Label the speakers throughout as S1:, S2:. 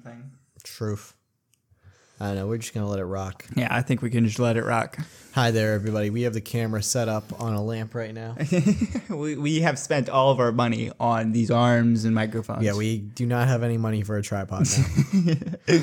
S1: thing.
S2: Truth. I don't know. We're just gonna let it rock.
S1: Yeah, I think we can just let it rock.
S2: Hi there, everybody. We have the camera set up on a lamp right now.
S1: we, we have spent all of our money on these arms and microphones.
S2: Yeah, we do not have any money for a tripod now.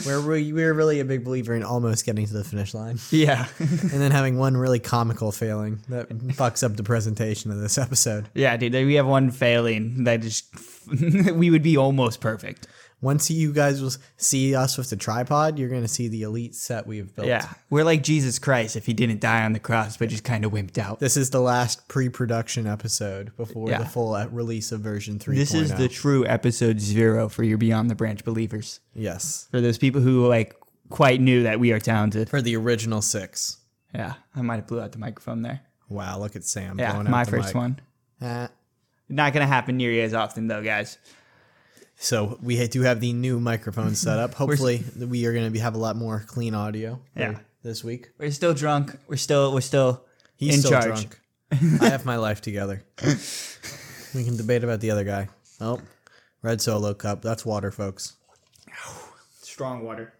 S2: we're, we- we're really a big believer in almost getting to the finish line
S1: yeah,
S2: and then having one really comical failing that fucks up the presentation of this episode.
S1: yeah, dude. We have one failing that just we would be almost perfect.
S2: Once you guys will see us with the tripod, you're going to see the elite set we have built.
S1: Yeah, we're like Jesus Christ if he didn't die on the cross, but just kind of wimped out.
S2: This is the last pre production episode before
S1: Yeah.
S2: the full uh, release of version 3.
S1: This is the true episode zero for your Beyond the Branch believers.
S2: oh. Yes.
S1: For those people who like quite knew that we are talented.
S2: For the original six.
S1: Yeah, I might have blew out the microphone there.
S2: Wow, look at Sam.
S1: Yeah,
S2: blowing out
S1: my
S2: the
S1: first
S2: mic.
S1: one.
S2: Ah.
S1: Not gonna happen nearly as often though, guys.
S2: So we do have the new microphone set up. Hopefully, we are going to be have a lot more clean audio. for
S1: Yeah.
S2: this week
S1: We're still drunk. We're still we're still
S2: he's
S1: in
S2: still
S1: charge.
S2: drunk. I have my life together. we can debate about the other guy. Oh, red solo cup. That's water, folks.
S1: Strong water.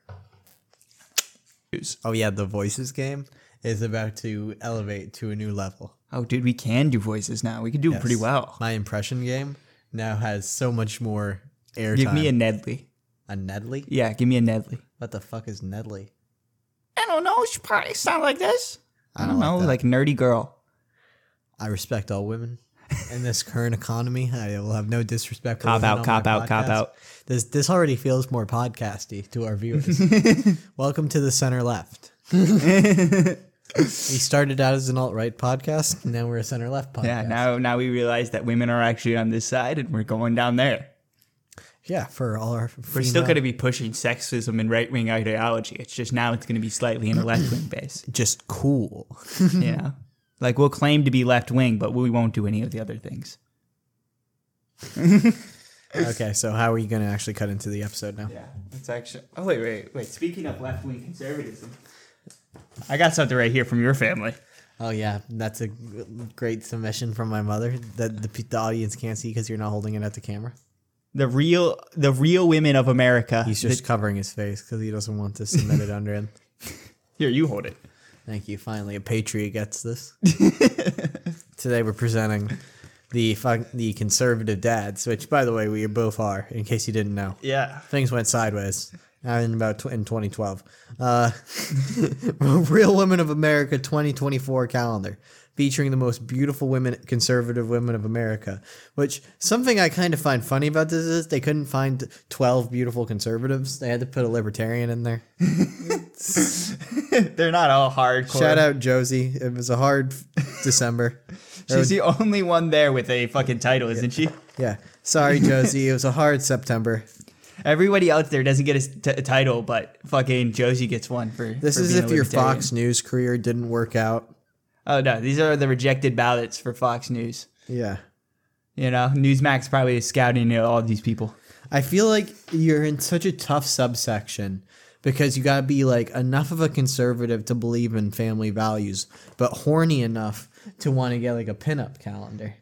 S2: Oh yeah, the voices game is about to elevate to a new level.
S1: Oh, dude, we can do voices now. We can do it pretty
S2: Yes.
S1: well.
S2: My impression game now has so much more airtime.
S1: Give me a Nedley.
S2: a Nedley.
S1: Yeah, give me a Nedley.
S2: What the fuck is Nedley?
S1: I don't know. She probably sound like this. I don't, know,
S2: that.
S1: like nerdy girl.
S2: I respect all women. In this current economy, I will have no disrespect. for
S1: Cop
S2: women
S1: out,
S2: on
S1: cop
S2: my
S1: out, cop
S2: podcast.
S1: out.
S2: This this already feels more podcasty to our viewers. Welcome to the center left. we started out as an alt right podcast, and now we're a center left podcast.
S1: Yeah, now now we realize that women are actually on this side and we're going down there.
S2: yeah, for all our
S1: We're still going to be pushing sexism and right wing ideology. It's just now it's going to be slightly in a left wing base.
S2: just cool.
S1: You know, like we'll claim to be left wing, but we won't do any of the other things.
S2: okay, so how are you going to actually cut into the episode now?
S1: Yeah, it's actually. Oh wait, wait, wait. Speaking of left wing conservatism, I got something right here from your family.
S2: Oh yeah, that's a g- great submission from my mother that the, pe- the audience can't see because you're not holding it at the camera.
S1: The real, the real women of America.
S2: He's just covering his face because he doesn't want to submit it under him.
S1: here, you hold it.
S2: Thank you. Finally, a patriot gets this. Today we're presenting the fun- the conservative dads, which, by the way, we both are. In case you didn't know,
S1: Yeah.
S2: things went sideways uh, in about tw- in 2012. Uh, Real Women of America 2024 calendar featuring the most beautiful women, conservative women of America. Which something I kind of find funny about this is they couldn't find 12 beautiful conservatives. They had to put a libertarian in there.
S1: They're not all hardcore.
S2: Shout out Josie. It was a hard December.
S1: She's the only one there with a fucking title, isn't she?
S2: Yeah. Sorry, Josie. It was a hard September.
S1: Everybody out there doesn't get a, s- t- a title, but fucking Josie gets one for.
S2: This
S1: for
S2: is
S1: being
S2: if
S1: a
S2: your
S1: libertarian.
S2: Fox News career didn't work out.
S1: Oh no, these are the rejected ballots for Fox News.
S2: Yeah.
S1: You know, Newsmax probably is scouting you know, all these people.
S2: I feel like you're in such a tough subsection because you got to be like enough of a conservative to believe in family values, but horny enough to want to get like a pinup calendar.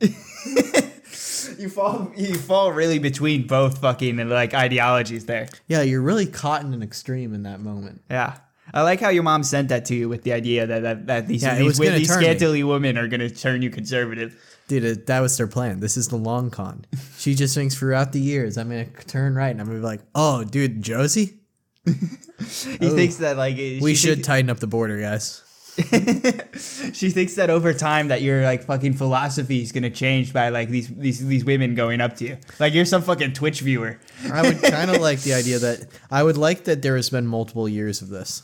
S1: You fall, you fall really between both fucking like ideologies there.
S2: yeah, you're really caught in an extreme in that moment.
S1: Yeah. I like how your mom sent that to you with the idea that that, that these,
S2: Yeah, it
S1: these,
S2: was gonna
S1: these
S2: turn me.
S1: scantily women are going to turn you conservative.
S2: Dude, it, that was their plan. This is the long con. She just thinks throughout the years, I'm going to turn right and I'm going to be like, oh, dude, Josie?
S1: He thinks that like it-
S2: We
S1: she
S2: should tighten up the border, guys.
S1: thinks- she thinks that over time that your like fucking philosophy is going to change by like these these these women going up to you. Like you're some fucking Twitch viewer.
S2: I would kind of like the idea that I would like that there has been multiple years of this.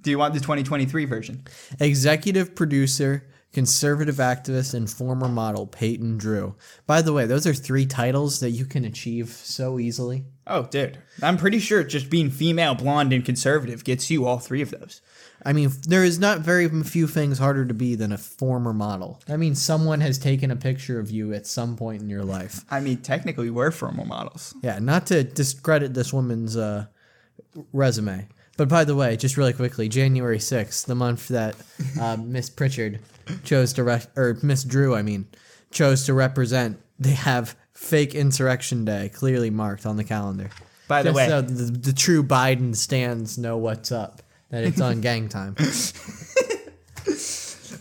S1: Do you want the 2023 version?
S2: Executive producer, conservative activist, and former model Peyton Drew. By the way, those are three titles that you can achieve so easily.
S1: Oh, dude. I'm pretty sure just being female, blonde, and conservative gets you all three of those.
S2: I mean, there is not very few things harder to be than a former model. I mean, someone has taken a picture of you at some point in your life.
S1: I mean, technically, we're formal models.
S2: Yeah, not to discredit this woman's uh, resume. But by the way, just really quickly, January 6th, the month that uh, Miss Pritchard chose to, re- or Miss Drew, I mean, chose to represent, they have fake Insurrection Day clearly marked on the calendar.
S1: By the
S2: Just
S1: way,
S2: so the, the true Biden stands know what's up. That it's on gang time. so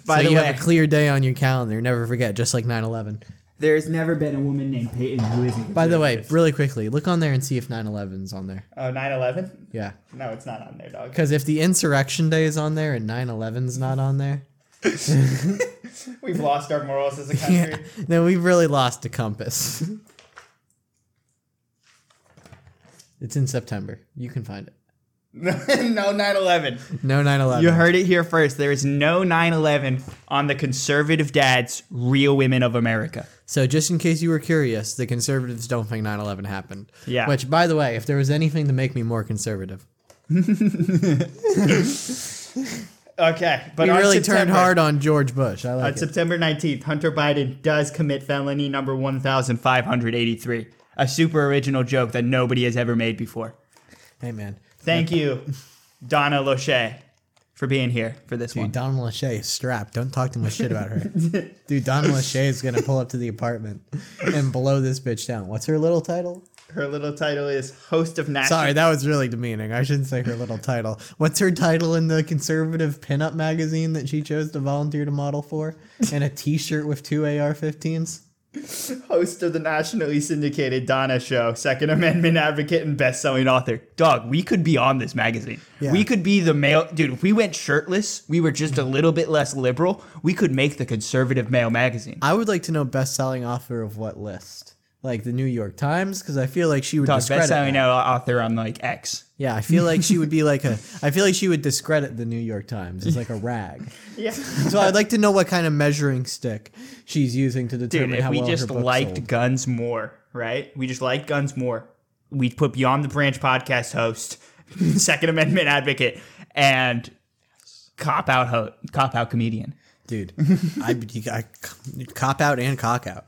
S1: by the
S2: you
S1: way,
S2: have a clear day on your calendar. Never forget, just like 9 11.
S1: there's never been a woman named Peyton who isn't.
S2: By the way, really quickly, look on there and see if 9 11's on there.
S1: oh 9/11?
S2: Yeah.
S1: No, it's not on there, dog.
S2: Because if the insurrection day is on there and 9 11's not on there,
S1: We've lost our morals as a country.
S2: yeah, then we've really lost a compass. it's in September. You can find it.
S1: no 9/11.
S2: No 9 11.
S1: You heard it here first. There is no 9/11 on the conservative dads, real women of America.
S2: So, just in case you were curious, the conservatives don't think 9 11 happened.
S1: Yeah.
S2: Which, by the way, if there was anything to make me more conservative,
S1: Okay, but
S2: we
S1: on
S2: really
S1: September-
S2: turned hard on George Bush. I
S1: On
S2: like it.
S1: September 19th, Hunter Biden does commit felony number 1583, a super original joke that nobody has ever made before.
S2: Hey, man.
S1: Thank you, Donna Lachey, for being here for this
S2: Dude,
S1: one.
S2: Donna Lachey is strapped. Don't talk too much shit about her. Dude, Donna Lachey is going to pull up to the apartment and blow this bitch down. What's her little title?
S1: Her little title is host of national.
S2: Sorry, that was really demeaning. I shouldn't say her little title. What's her title in the conservative pinup magazine that she chose to volunteer to model for? And a t shirt with two AR 15s?
S1: host of the nationally syndicated Donna Show, Second Amendment advocate and best-selling author. Dog, we could be on this magazine.
S2: Yeah.
S1: We could be the male dude. If we went shirtless, we were just a little bit less liberal. We could make the conservative male magazine.
S2: I would like to know best selling author of what list? Like the New York Times? Because I feel like she would
S1: Dog,
S2: discredit.
S1: best-selling
S2: that.
S1: male author on like X.
S2: Yeah, I feel like she would be like a. I feel like she would discredit the New York Times as like a rag.
S1: Yeah.
S2: So I'd like to know what kind of measuring stick she's using to determine
S1: Dude, if
S2: how
S1: we
S2: well
S1: just
S2: her book
S1: liked
S2: sold.
S1: guns more, right? We just liked guns more. We'd put Beyond the Branch podcast host, Second Amendment advocate, and cop out ho- cop out comedian.
S2: Dude, I, I cop out and cock out.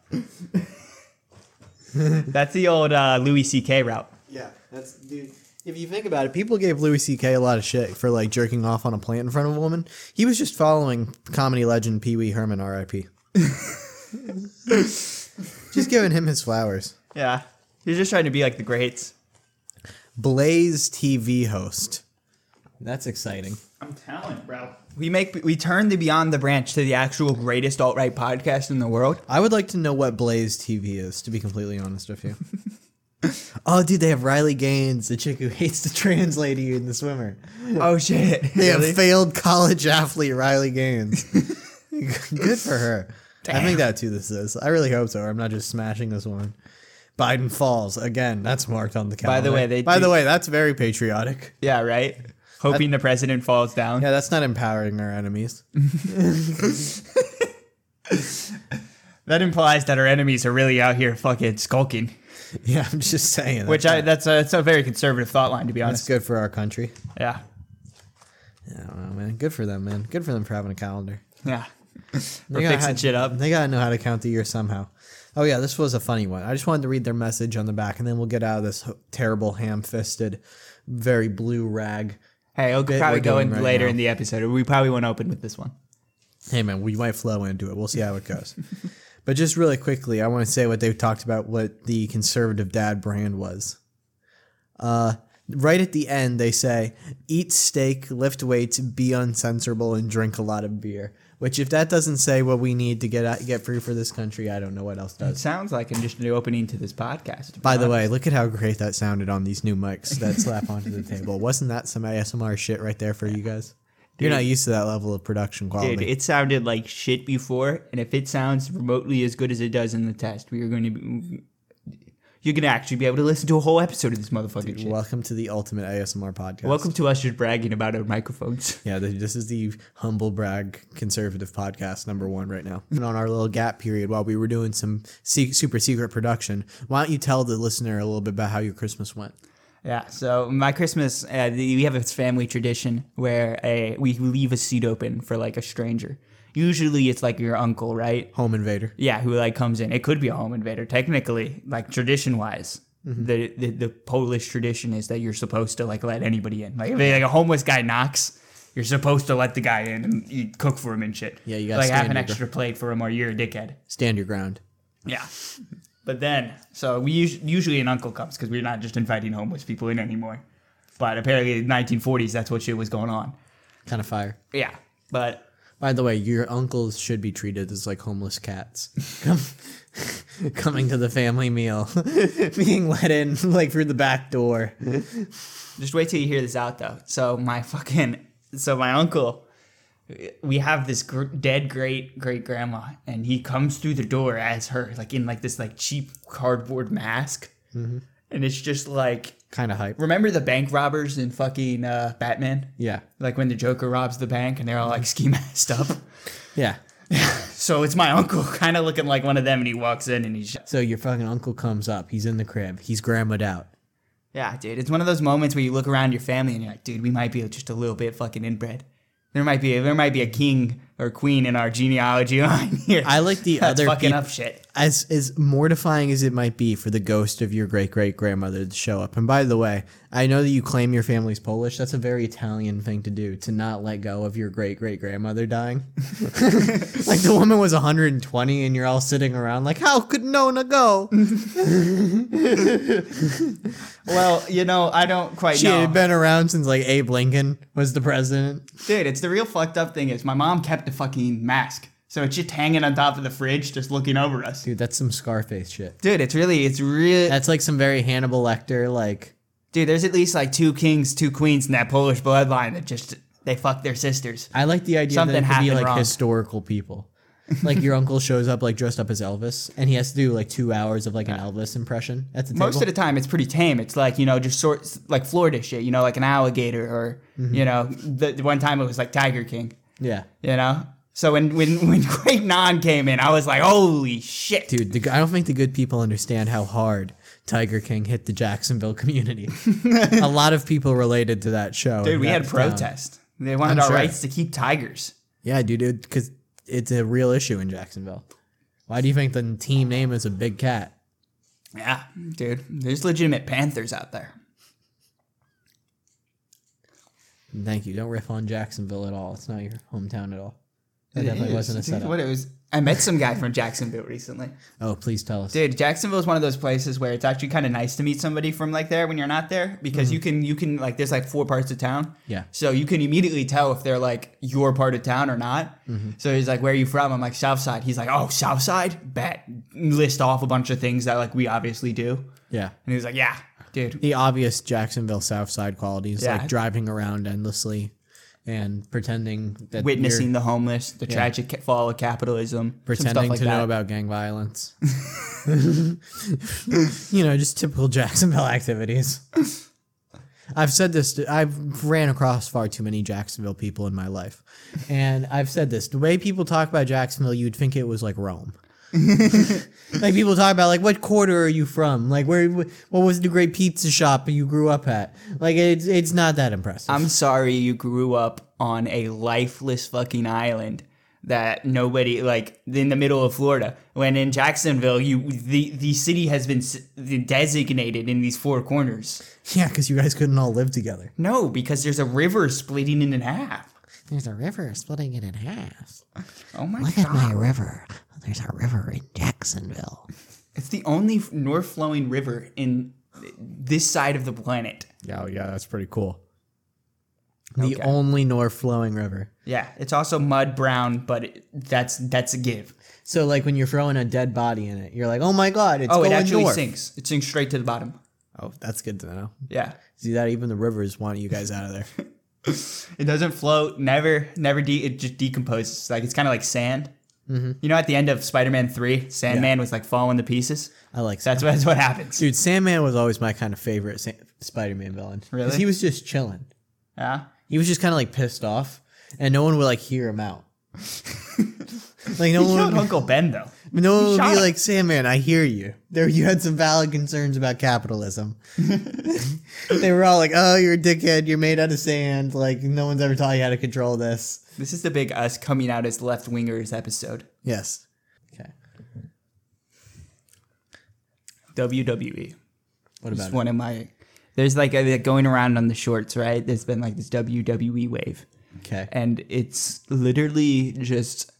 S1: That's the old uh, Louis C.K. route.
S2: Yeah, that's dude. If you think about it, people gave Louis C.K. a lot of shit for like jerking off on a plant in front of a woman. He was just following comedy legend Pee Wee Herman, R.I.P. just giving him his flowers.
S1: Yeah, you're just trying to be like the greats.
S2: Blaze TV host. That's exciting.
S1: I'm telling, bro. We make we turn the Beyond the Branch to the actual greatest alt right podcast in the world.
S2: I would like to know what Blaze TV is, to be completely honest with you. oh, dude, they have Riley Gaines, the chick who hates the trans lady in The Swimmer.
S1: Oh shit!
S2: They
S1: Really?
S2: have failed college athlete Riley Gaines. Good for her. I think that too. This is. I really hope so. Or I'm not just smashing this one. Biden falls again. That's marked on the calendar.
S1: the way, they
S2: By
S1: do-
S2: the way, that's very patriotic.
S1: yeah, right. Hoping the president falls down.
S2: Yeah, that's not empowering our enemies.
S1: That implies that our enemies are really out here fucking skulking.
S2: yeah, I'm just saying.
S1: Which
S2: that's,
S1: I that's a that's a very conservative thought line to be
S2: that's
S1: honest.
S2: good for our country.
S1: Yeah,
S2: Yeah, I don't know, man. Good for them, man. Good for them for having a calendar.
S1: yeah. We're
S2: gotta
S1: fixing
S2: hide-
S1: shit up.
S2: They gotta know how to count the year somehow. Oh yeah, this was a funny one. I just wanted to read their message on the back, and then we'll get out of this ho- terrible, ham-fisted, very blue rag.
S1: Hey, we'll
S2: Bit
S1: probably
S2: we're
S1: go
S2: doing
S1: in
S2: right
S1: later
S2: now.
S1: in the episode. We probably won't open with this one.
S2: Hey man, we might flow into it. We'll see how it goes. but just really quickly, I want to say what they talked about. What the conservative dad brand was. Uh, right at the end, they say, "Eat steak, lift weights, be uncensorable, and drink a lot of beer." Which, if that doesn't say what we need to get out, get free for this country, I don't know what else does.
S1: Sounds like I'm just new opening to this podcast.
S2: By the way, look at how great that sounded on these new mics that slap onto the table. Wasn't that some ASMR shit right there for you guys? You're not used to that level of production quality.
S1: dude, it sounded like shit before, and if it sounds remotely as good as it does in the test, we are going to be. You're gonna actually be able to listen to a whole episode of this motherfucking shit.
S2: Welcome to the ultimate ASMR podcast.
S1: Welcome to us just bragging about our microphones.
S2: Yeah, th- this is the humble brag conservative podcast number one right now. And on our little gap period while we were doing some se- super secret production, why don't you tell the listener a little bit about how your Christmas went?
S1: Yeah, so my Christmas, uh, the- we have this family tradition where a, we leave a seat open for like a stranger. Usually it's like your uncle, right?
S2: Home invader.
S1: Yeah, who like comes in. It could be a home invader, technically, like tradition wise.
S2: Mm-hmm.
S1: The, the the Polish tradition is that you're supposed to like let anybody in. Like if like a homeless guy knocks, you're supposed to let the guy in and you cook for him and shit.
S2: Yeah, you gotta
S1: like have
S2: stand
S1: an
S2: your
S1: extra plate for him or you're a dickhead.
S2: Stand your ground.
S1: Yeah. But then, so we us- usually an uncle comes because we're not just inviting homeless people in anymore. But apparently, in the 1940s, that's what shit was going on.
S2: Kind of fire.
S1: Yeah, but
S2: By the way, your uncles should be treated as like homeless cats. Come, coming to the family meal, being let in like through the back door.
S1: just wait till you hear this out though. So my fucking, so my uncle, we have this gr- dead great great grandma, and he comes through the door as her, like in like this like cheap cardboard mask, and it's just like
S2: Kind of hype.
S1: remember the bank robbers in fucking uh, Batman.
S2: Yeah.
S1: Like when the Joker robs the bank and they're all like ski masked up.
S2: Yeah.
S1: So it's my uncle kind of looking like one of them and he walks in and he's
S2: So your fucking uncle comes up. He's in the crib. He's grandmaed out.
S1: Yeah, dude. It's one of those moments where you look around your family and you're like, dude, we might be just a little bit fucking inbred. There might be there might be a king or queen in our genealogy line here.
S2: I like the
S1: That's
S2: other
S1: fucking
S2: peop-
S1: up shit.
S2: as as mortifying as it might be for the ghost of your great great grandmother to show up. And by the way, I know that you claim your family's Polish. That's a very Italian thing to do to not let go of your great great grandmother dying. like the woman was 120 and you're all sitting around like, "How could Nona go?
S1: Well, you know, I don't quite
S2: She
S1: know.
S2: had been around since like Abe Lincoln was the president."
S1: Dude, it's the real fucked up thing is my mom kept a fucking mask. So it's just hanging on top of the fridge, just looking over us.
S2: Dude, that's some Scarface shit.
S1: Dude, it's really it's real
S2: That's like some very Hannibal Lecter like
S1: Dude, there's at least like two kings, two queens in that Polish bloodline that just they fuck their sisters.
S2: I like the idea
S1: Something
S2: that it could be
S1: happened
S2: like
S1: wrong.
S2: historical people. Like your uncle shows up like dressed up as Elvis, and he has to do like two hours of like an Elvis impression at the table.
S1: Most of the time, it's pretty tame. It's like you know, just sort like Florida shit. You know, like an alligator, or
S2: Mm-hmm.
S1: you know, the, the one time it was like Tiger King.
S2: yeah,
S1: You know, so when when when Great Nan came in, I was like, holy shit,
S2: dude, the, I don't think the good people understand how hard Tiger King hit the Jacksonville community. a lot of people related to that show.
S1: dude.
S2: and
S1: We
S2: that
S1: had
S2: town.
S1: protest. They wanted
S2: I'm
S1: our
S2: sure.
S1: rights to keep tigers.
S2: Yeah, dude, because it's a real issue in Jacksonville. Why do you think the team name is a big cat?
S1: Yeah, dude. There's legitimate panthers out there.
S2: Thank you. Don't riff on Jacksonville at all. It's not your hometown at all. That
S1: It
S2: definitely
S1: is,
S2: wasn't a
S1: dude.
S2: setup.
S1: What it was. I met some guy from Jacksonville recently.
S2: Oh, please tell us.
S1: Dude, Jacksonville is one of those places where it's actually kind of nice to meet somebody from like there when you're not there because you can you can like there's like four parts of town.
S2: Mm-hmm. Yeah.
S1: So you can immediately tell if they're like your part of town or not.
S2: Mm-hmm.
S1: So he's like, "Where are you from?" I'm like, "South Side." He's like, "Oh, South Side." Bet list off a bunch of things that like we obviously do, and
S2: Yeah.
S1: he was like, "Yeah, dude."
S2: the obvious Jacksonville South Side qualities,
S1: Yeah.
S2: like driving around endlessly and pretending that
S1: Witnessing
S2: you're
S1: the homeless, the tragic ca- fall of capitalism, some stuff
S2: pretending
S1: like
S2: to
S1: that.
S2: know about gang violence. you know, just typical Jacksonville activities. I've said this. to- I've ran across far too many Jacksonville people in my life, and I've said this. The way people talk about Jacksonville, you'd think it was like Rome. like people talk about like what quarter are you from? Like where? What was the great pizza shop you grew up at? Like it's it's not that impressive.
S1: I'm sorry you grew up on a lifeless fucking island that nobody like in the middle of Florida. When in Jacksonville, you the the city has been s- designated in these four corners.
S2: Yeah, because you guys couldn't all live together.
S1: No, because there's a river splitting it in half.
S2: There's a river splitting it in half.
S1: Oh my
S2: Look
S1: god!
S2: at my river. Oh, There's a river in Jacksonville.
S1: It's the only f- north flowing river in this side of the planet.
S2: Yeah, yeah, that's pretty cool. The
S1: Okay.
S2: only north flowing river.
S1: Yeah, it's also mud brown, but it, that's that's a give.
S2: So, like when you're throwing a dead body in it, you're like, oh my god, it's
S1: Oh,
S2: going
S1: it actually
S2: north.
S1: sinks. It sinks straight to the bottom.
S2: Oh, that's good to know.
S1: Yeah.
S2: See that even the rivers want you guys out of there.
S1: It doesn't float. Never, never. De- it just decomposes. Like it's kind of like sand.
S2: Mm-hmm.
S1: You know, at the end of Spider-Man Three, Sandman was like falling to pieces.
S2: I like
S1: That's what, that's what happens.
S2: Dude, Sandman was always my kind of favorite Sa- Spider-Man villain. 'Cause
S1: Really?
S2: He was just chilling.
S1: Yeah.
S2: He was just kind of like pissed off, and no one would like hear him out. like no
S1: He
S2: one would
S1: killed Uncle Ben though.
S2: No one would
S1: shot
S2: be
S1: him.
S2: like, Sandman, I hear you. There, you had some valid concerns about capitalism. they were all like, oh, you're a dickhead. You're made out of sand. Like, no one's ever taught you how to control this.
S1: This is the big us coming out as left wingers episode.
S2: Yes. Okay.
S1: WWE.
S2: What
S1: It's
S2: about it?
S1: E one of my. There's like a, like, going around on the shorts, right? There's been like this WWE E wave,
S2: Okay.
S1: and it's literally just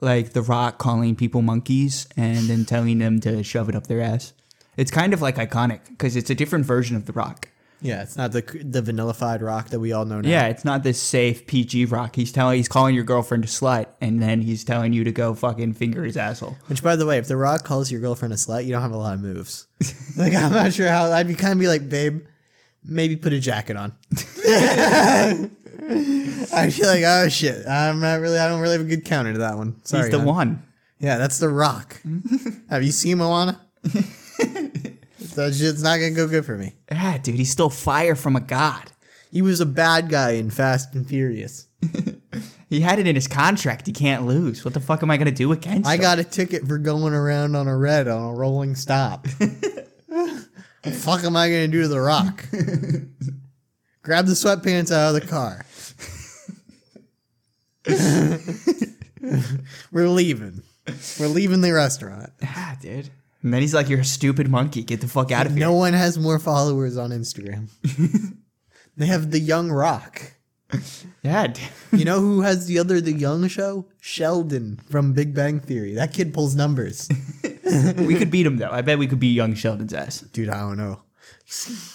S1: like The Rock calling people monkeys and then telling them to shove it up their ass. It's kind of like iconic because it's a different version of The Rock.
S2: Yeah, it's not the the vanillified rock that we all know now.
S1: Yeah, it's not this safe PG Rock. He's telling, he's calling your girlfriend a slut, and then he's telling you to go fucking finger his asshole.
S2: Which, by the way, if The Rock calls your girlfriend a slut, you don't have a lot of moves. like, I'm not sure how. I'd be kind of be like, babe, maybe put a jacket on. I feel like, oh shit, I'm not really. I don't really have a good counter to that one. Sorry,
S1: he's the
S2: hon.
S1: one.
S2: Yeah, that's The Rock. have you seen Moana? that shit's not gonna go good for me.
S1: Yeah, dude, he's still fire from a god.
S2: He was a bad guy in Fast and Furious.
S1: He had it in his contract. He can't lose. What the fuck am I gonna do against
S2: I
S1: him?
S2: got a ticket for going around on a red on a rolling stop. fuck am I gonna do to the rock? Grab the sweatpants out of the car. We're leaving. We're leaving the restaurant.
S1: Ah, dude. And then he's like, "You're a stupid monkey. Get the fuck out of here."
S2: No one has more followers on Instagram. they have the Young Rock.
S1: Yeah, dude.
S2: You know who has the other The Young show? Sheldon from Big Bang Theory. That kid pulls numbers.
S1: we could beat him though. I bet we could beat Young Sheldon's ass.
S2: Dude, I don't know.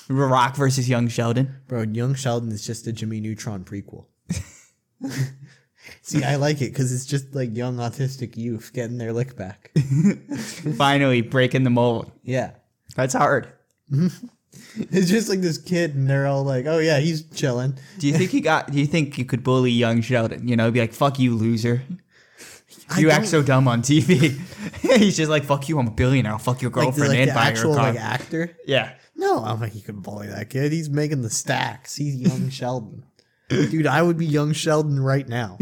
S1: Rock versus Young Sheldon.
S2: Bro, Young Sheldon is just a Jimmy Neutron prequel. See, I like it because it's just like young autistic youth getting their lick back.
S1: Finally breaking the mold.
S2: Yeah.
S1: That's hard.
S2: It's just like this kid, and they're all like, oh, yeah, he's chilling.
S1: Do you think he got? Do you think you could bully Young Sheldon? You know, be like, "Fuck you, loser." You act
S2: don't-
S1: so dumb on TV. he's just like, "Fuck you, I'm a billionaire. I'll fuck your
S2: Like the,
S1: girlfriend
S2: like,
S1: and
S2: the
S1: buy
S2: actual
S1: her a car."
S2: like, actor.
S1: yeah.
S2: No, I don't think he could bully that kid. He's making the stacks. He's young Sheldon. Dude, I would be young Sheldon right now.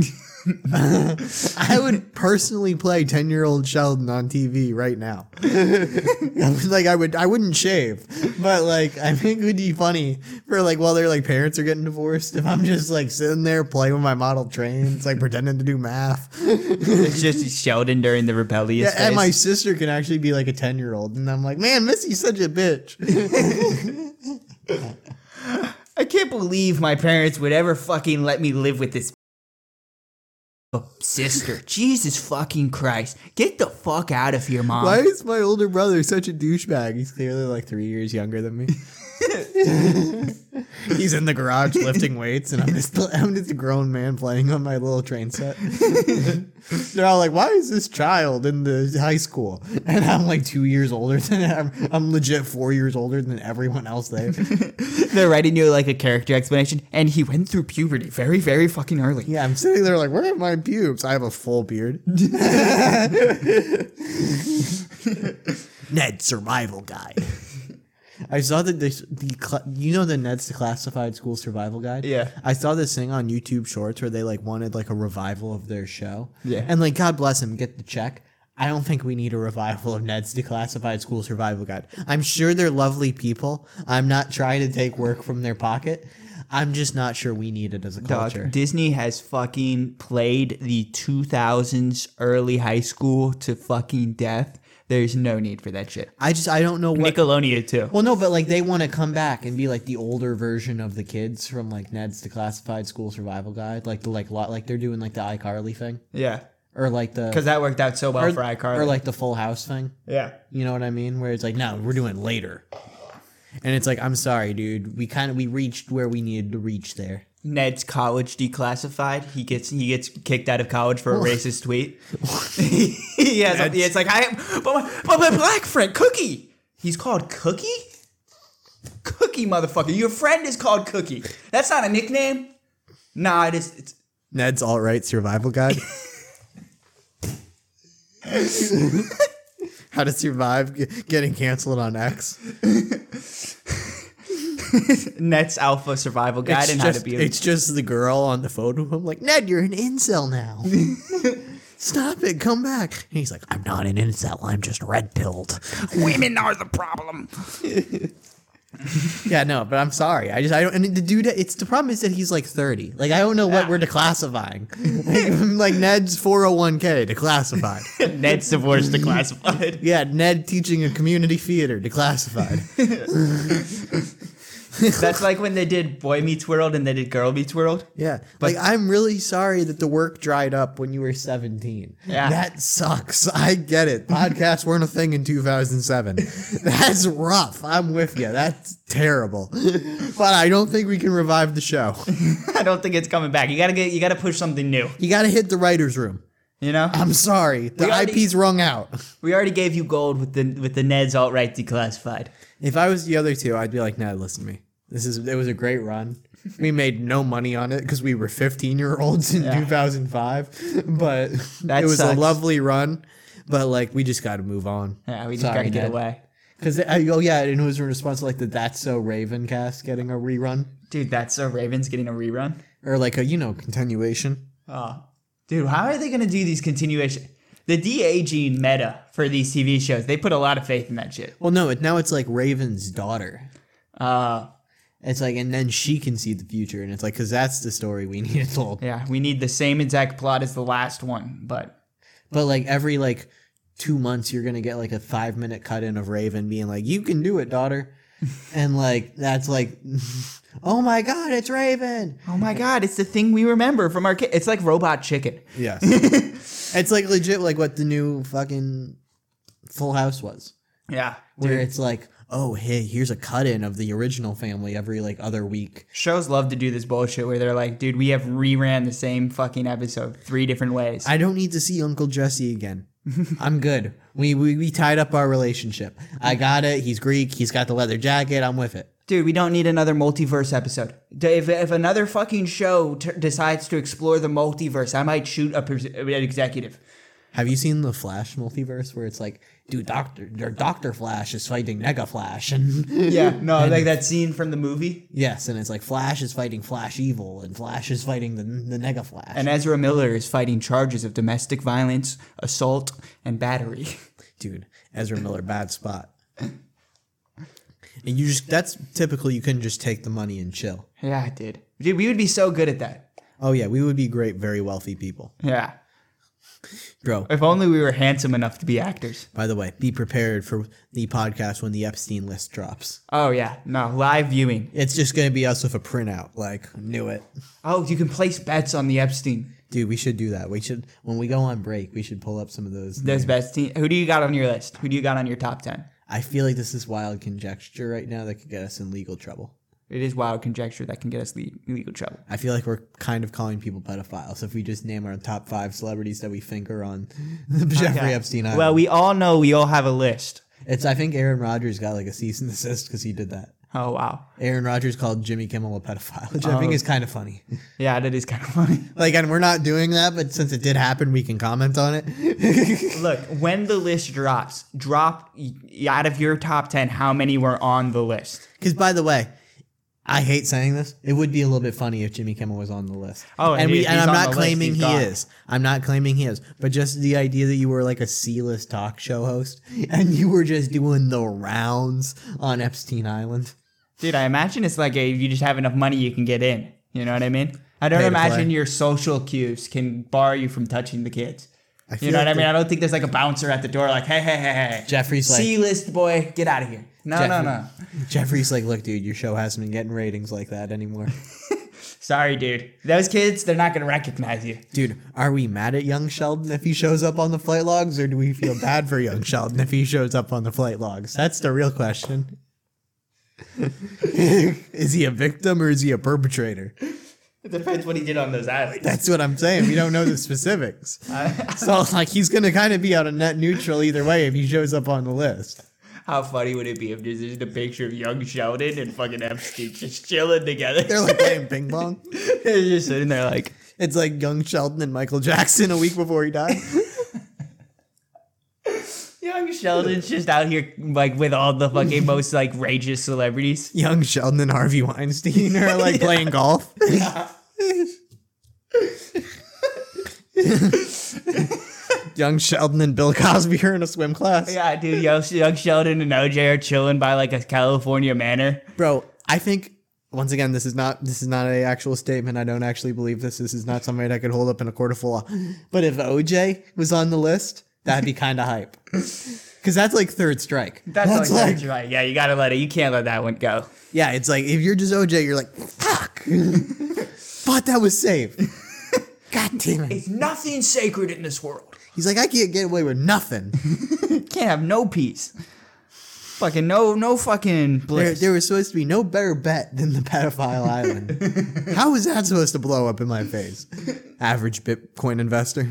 S2: I would personally play 10 year old Sheldon on TV right now. I would, like I would I wouldn't shave. But like I think it would be funny for like while their like parents are getting divorced, if I'm just like sitting there playing with my model trains, like pretending to do math.
S1: It's just Sheldon during the rebellious
S2: Yeah, and
S1: phase.
S2: my sister can actually be like a 10 year old, and I'm like, man, Missy's such a bitch.
S1: I can't believe my parents would ever fucking let me live with this sister. Jesus fucking Christ. Get the fuck out of here, mom.
S2: Why is my older brother such a douchebag? He's clearly like three years younger than me. He's in the garage lifting weights, and I'm just I'm just a grown man playing on my little train set. They're all like, "Why is this child in the high school?" And I'm like two years older than I'm, I'm legit four years older than everyone else there.
S1: They're writing you like a character explanation, and he went through puberty very, very fucking early.
S2: Yeah, I'm sitting there like, "Where are my pubes?" I have a full beard. Ned survival guide. I saw that this the cla you know the Ned's classified school survival guide.
S1: Yeah.
S2: I saw this thing on YouTube Shorts where they like wanted like a revival of their show.
S1: Yeah.
S2: and like God bless them, get the check. I don't think we need a revival of Ned's Declassified School Survival Guide. I'm sure they're lovely people. I'm not trying to take work from their pocket. I'm just not sure we need it as a
S1: Dog,
S2: culture.
S1: Disney has fucking played the 2000s early high school to fucking death. There's no need for that shit.
S2: I just I don't know what.
S1: Nickelodeon, too.
S2: well, no, but like they want to come back and be like the older version of the kids from like Ned's Declassified School Survival Guide, like the like lot like they're doing like the iCarly thing
S1: Yeah.
S2: or like the
S1: Because that worked out so well
S2: or,
S1: for iCarly.
S2: or like the Full House thing.
S1: yeah.
S2: You know what I mean? Where it's like, no, we're doing later, and it's like, I'm sorry, dude. We kind of we reached where we needed to reach there.
S1: Ned's college declassified. He gets he gets kicked out of college for a racist tweet. he has a, it's like I but my, but my black friend Cookie. He's called Cookie. Cookie motherfucker. Your friend is called Cookie. That's not a nickname. Nah, it is. It's,
S2: Ned's all right survival guide. How to survive g- getting canceled on X.
S1: Ned's alpha survival guide
S2: it's
S1: and
S2: just,
S1: how to be.
S2: It's just the girl on the phone with him, like, Ned, you're an incel now. Stop it, come back. And he's like, I'm not an incel, I'm just red pilled.
S1: Women are the problem.
S2: yeah, no, but I'm sorry. I just, I don't, and the dude, it's the problem is that he's like 30. Like, I don't know what we're declassifying. like, Ned's 401k declassified.
S1: Ned's divorce declassified.
S2: yeah, Ned teaching a community theater declassified.
S1: That's like when they did Boy Meets World and they did Girl Meets World.
S2: Yeah. like I'm really sorry that the work dried up when you were 17.
S1: Yeah.
S2: That sucks. I get it. Podcasts weren't a thing in 2007. That's rough. I'm with you. That's terrible. but I don't think we can revive the show.
S1: I don't think it's coming back. You gotta get you gotta push something new.
S2: You got to hit the writers room.
S1: You know?
S2: I'm sorry. The
S1: We already-
S2: IP's wrung out.
S1: We already gave you gold with the with the Ned's alt right declassified.
S2: If I was the other two, I'd be like, "No, listen to me. This is it was a great run. We made no money on it because we were 15 year olds in
S1: Yeah.
S2: 2005, but
S1: That
S2: it was
S1: sucks.
S2: a lovely run. But like, we just got to move on.
S1: Yeah, Uh, we just
S2: Sorry,
S1: gotta get
S2: Ned.
S1: away.
S2: Because oh yeah, and it was in response to like the That's So Raven cast getting a rerun
S1: Dude, that's so Ravens getting a rerun.
S2: or like a you know continuation.
S1: Oh. Dude, how are they gonna do these continuation the de aging meta for these TV shows? They put a lot of faith in that shit.
S2: Well, no, it, now it's like Raven's daughter.
S1: Uh
S2: It's like, and then she can see the future, and it's like, because that's the story we need to told.
S1: yeah, we need the same exact plot as the last one, but
S2: But like every like two months, you're gonna get like a five minute cut in of Raven being like, "You can do it, daughter," and like that's like, "Oh my god, it's Raven!"
S1: Oh my god, it's the thing we remember from our kid. It's like robot chicken.
S2: Yes, it's like legit like what the new fucking Full House was,
S1: Yeah.
S2: where it's like, "Oh hey, here's a cut in of the original family every like other week."
S1: Shows love to do this bullshit where they're like, dude, we have reran the same fucking episode three different ways.
S2: I don't need to see Uncle Jesse again. I'm good. We, we we tied up our relationship. I got it. He's Greek. He's got the leather jacket. I'm with it.
S1: dude, we don't need another multiverse episode. D- If, if another fucking show t- decides to explore the multiverse, I might shoot a pres- an executive.
S2: Have you seen the Flash multiverse where it's like, dude, Doctor or Doctor Flash is fighting Mega Flash, and
S1: Yeah, no, like that scene from the movie.
S2: yes, and it's like Flash is fighting Flash Evil, and Flash is fighting the the Mega Flash.
S1: And Ezra Miller is fighting charges of domestic violence, assault, and battery.
S2: dude, Ezra Miller, bad spot. And you just that's typically you couldn't just take the money and chill.
S1: yeah, dude. Dude, we would be so good at that.
S2: Oh yeah, we would be great, very wealthy people,
S1: Yeah.
S2: bro.
S1: If only we were handsome enough to be actors.
S2: By the way, be prepared for the podcast when the Epstein list drops.
S1: Oh yeah, no live viewing.
S2: It's just gonna be us with a printout. Like, knew it.
S1: Oh, you can place bets on the Epstein.
S2: Dude, we should do that. We should when we go on break, we should pull up some of those.
S1: Those bets team. Who do you got on your list? Who do you got on your top ten?
S2: I feel like this is wild conjecture right now that could get us in legal trouble.
S1: It is wild conjecture that can get us le- legal trouble.
S2: I feel like we're kind of calling people pedophiles if we just name our top five celebrities that we think are on Jeffrey
S1: Okay.
S2: Epstein Island.
S1: Well, we all know we all have a list.
S2: it's I think Aaron Rodgers got like a cease and desist because he did that.
S1: Oh wow,
S2: Aaron Rodgers called Jimmy Kimmel a pedophile, which I think is kind of funny.
S1: yeah, that is kind of funny.
S2: Like, and we're not doing that, but since it did happen, we can comment on it.
S1: Look, when the list drops, drop y- out of your top ten how many were on the list.
S2: Because by the way, I hate saying this. It would be a little bit funny if Jimmy Kimmel was on the list.
S1: Oh, and
S2: and,
S1: he-
S2: we,
S1: if
S2: and
S1: he's
S2: I'm
S1: on
S2: not
S1: the list,
S2: claiming
S1: he's
S2: he
S1: gone.
S2: is. I'm not claiming he is. But just the idea that you were like a C-list talk show host and you were just doing the rounds on Epstein Island.
S1: Dude, I imagine it's like a, if you just have enough money, you can get in. You know what I mean? I don't
S2: Pay to
S1: imagine
S2: play.
S1: your social cues can bar you from touching the kids.
S2: I
S1: You know what I mean? I don't think there's like a bouncer at the door, like, hey, hey, hey, hey.
S2: Jeffrey's like-
S1: C list boy, get out of here. No, no,
S2: Jeffrey-
S1: no.
S2: Jeffrey's like, look, dude, your show hasn't been getting ratings like that anymore.
S1: Sorry, dude. Those kids, they're not going to recognize you.
S2: dude, are we mad at young Sheldon if he shows up on the flight logs, or do we feel bad for young Sheldon if he shows up on the flight logs? That's the real question. is he a victim or is he a perpetrator?
S1: It depends what he did on those islands.
S2: That's what I'm saying. We don't know the specifics. so like he's gonna kind of be out of net neutral either way if he shows up on the list.
S1: How funny would it be if there's just a picture of young Sheldon and fucking Epstein just chilling together?
S2: They're like playing ping pong.
S1: They're just sitting there like,
S2: It's like young Sheldon and Michael Jackson a week before he died.
S1: young Sheldon's just out here like with all the fucking most like rageous celebrities.
S2: Young Sheldon and Harvey Weinstein are like playing golf. Young Sheldon and Bill Cosby are in a swim class.
S1: Yeah, dude, young, young Sheldon and OJ are chilling by like a California manor.
S2: Bro, I think once again this is not this is not an actual statement. I don't actually believe this. This is not something I could hold up in a court of law. But if OJ was on the list, that'd be kind of hype. because that's like third strike.
S1: That's, like, that's right. Yeah, you gotta let it. You can't let that one go.
S2: yeah, it's like if you're just OJ, you're like fuck, but that was safe. God damn it!
S1: It's nothing sacred in this world.
S2: He's like I can't get away with nothing.
S1: Can't have no peace. Fucking no, no fucking
S2: There,
S1: bliss.
S2: there was supposed to be no better bet than the pedophile island. How was that supposed to blow up in my face? Average Bitcoin investor.